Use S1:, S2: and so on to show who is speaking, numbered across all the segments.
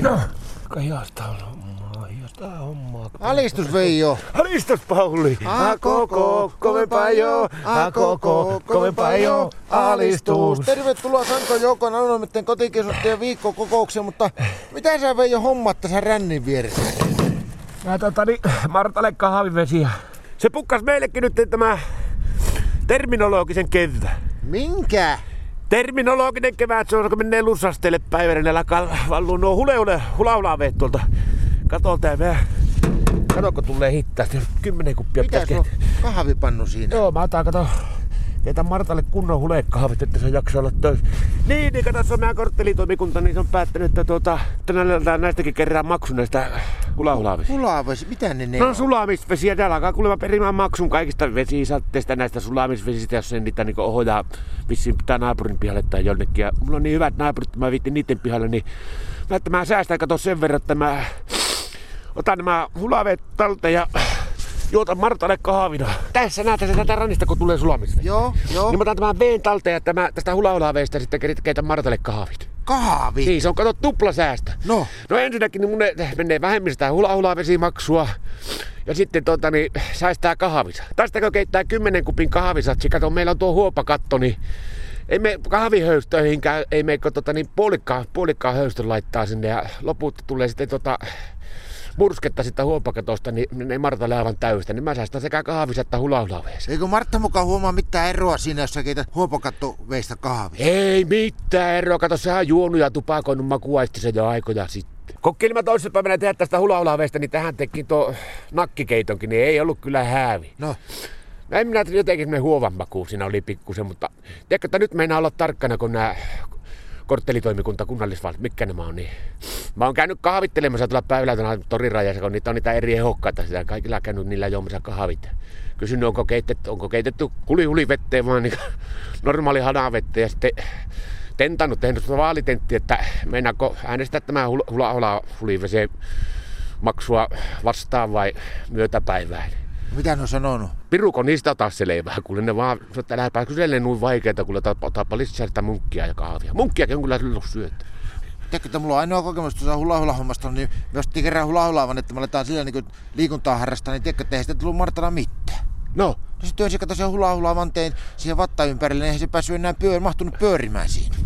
S1: No, kai hiasta on hommaa, hiasta on hommaa.
S2: Alistus Veijo.
S1: Alistus Pauli! A koko, kovempaa jo, a koko, kovempaa jo, alistus.
S2: Tervetuloa Sanko Joukon Anonomitten kotikeskustajan viikkokokoukseen, mutta mitä sä Veijo hommat tässä rännin vieressä?
S1: Mä tota niin, Martalle kahvivesiä.
S3: Se pukkas meillekin nyt tämä terminologisen kevät.
S2: Minkä?
S3: Terminologinen kevät, se on, kun menee lussastelle päivänä, ne alkaa valluu nuo huleule, hulaulaveit tuolta katolta ja meidän... Kato, kun tulee hittaasti, kymmenen kuppia
S2: Mitä
S3: pitäisi
S2: se on?
S3: keittää.
S2: Kahvipannu siinä.
S3: Joo, mä otan, kato, keitä Martalle kunnon hulekahvit, että se jaksaa olla töissä. Niin, niin kato, se on meidän korttelitoimikunta, niin se on päättänyt, että tuota, tänään lähdetään näistäkin kerran maksu näistä hulahulaavista.
S2: Pulavesi, mitä ne ne
S3: No
S2: on?
S3: sulamisvesiä, täällä alkaa kuulemma perimään maksun kaikista vesisatteista näistä sulamisvesistä, jos sen niitä niinku ohjaa vissiin pitää naapurin pihalle tai jonnekin. Ja mulla on niin hyvät naapurit, että mä viittin niiden pihalle, niin mä, että mä säästän kato sen verran, että mä otan nämä hulaveet talteen ja juotan Martalle kahvina. Tässä näet se tätä rannista, kun tulee sulamisvesi.
S2: Joo, joo.
S3: Niin mä otan tämän veen talteen ja tämä, tästä hulahulaveesta sitten kerit- keitän Martalle kahvit.
S2: Kahvi.
S3: Niin, se on kato tupla säästö.
S2: No.
S3: No ensinnäkin niin mun ne- menee vähemmän sitä hula vesimaksua. Ja sitten tota, niin, säästää kahvisa. Tästäkö keittää 10 kupin kahvisatsi? Kato, meillä on tuo huopakatto, niin ei me kahvihöystöihin käy, ei me kun tota, niin puolikkaa, puolikkaa höystön laittaa sinne ja loput tulee sitten tota, mursketta sitä huopakatosta, niin ne ei Martalle aivan täystä, niin mä säästän sekä kahvisa että hulaulaveeseen.
S2: Eikö Martta mukaan huomaa mitään eroa siinä, jos sä keität huopakatto veistä kahvia?
S3: Ei mitään eroa, kato sehän on juonut ja tupakoinut makuaistisen jo aikoja sitten. Kokkiin mä toisessa päivänä tehdä tästä hulahulaveesta, niin tähän tekin tuo nakkikeitonkin, niin ei ollut kyllä häävi.
S2: No,
S3: No en minä jotenkin me huovan makuun siinä oli pikkusen, mutta tiedätkö, että nyt meinaa olla tarkkana, kun nämä korttelitoimikunta, kunnallisvalti, mikä nämä on, niin mä oon käynyt kahvittelemassa tuolla päivällä tuolla torirajassa, kun niitä on niitä eri ehokkaita, sitä kaikilla käynyt niillä juomassa kahvit. Kysynyt, onko keitetty, onko keitetty kulihulivetteen vaan niin normaali hanavettä ja sitten tentannut, tehnyt tuota vaalitentti, että meinaako äänestää tämä hula, hula, hula huliveseen maksua vastaan vai myötäpäivään.
S2: mitä ne on sanonut?
S3: Piruko niistä taas selvää, kuule ne vaan, sanoi, että lähdepä kyselee noin vaikeita, kuule otapa lisää sitä munkkia ja kahvia. Munkkiakin on kyllä silloin syötä.
S2: Tiedätkö, että mulla on ainoa kokemus tuossa hulahulahommasta, niin jos te kerran hulahulaavan, että me aletaan sillä niin liikuntaa harrastaa, niin tiedätkö, että ei sitä tullut Martana mitään.
S3: No,
S2: No se työnsi kato sen hulahulavanteen siihen vatta ympärille, niin eihän se päässyt enää pyör, mahtunut pyörimään siinä.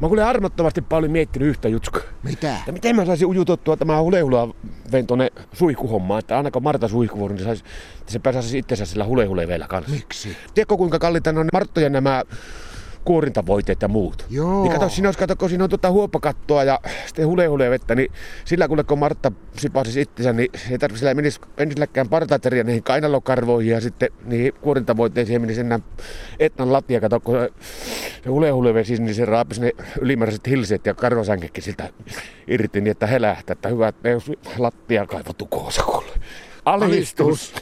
S3: mä kuule armottomasti paljon miettinyt yhtä jutskaa.
S2: Mitä?
S3: Että miten mä saisin ujutettua tämä hulehulaa ven tuonne suihkuhommaan, että aina kun Marta suihkuvuoron, niin sais, että se pääsisi itsensä sillä hulehuleveellä kanssa.
S2: Miksi?
S3: Tiedätkö kuinka kalliita ne on Marttoja nämä kuorintavoiteet ja muut?
S2: Joo.
S3: Niin kato, siinä olisi, kato, kun siinä on tuota huopakattoa ja sitten hulehulee vettä, niin sillä kuule, kun Martta sipasisi itsensä, niin ei tarvitse sillä menisi ensilläkään partateria niihin kainalokarvoihin ja sitten niihin kuorintavoitteisiin menisi enää etnan latia, kato, kun se, se hulehulee vesi, niin se raapisi ne ylimääräiset hilseet ja karvasänkekin siltä irti niin, että helähtää, että hyvä, että ei olisi lattia kaivattu koosa kuule. Alistus!